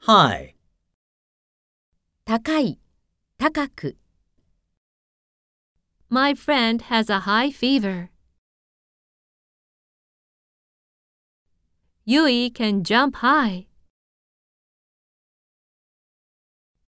high, 高い、高く。My friend has a high fever. Yui can jump high.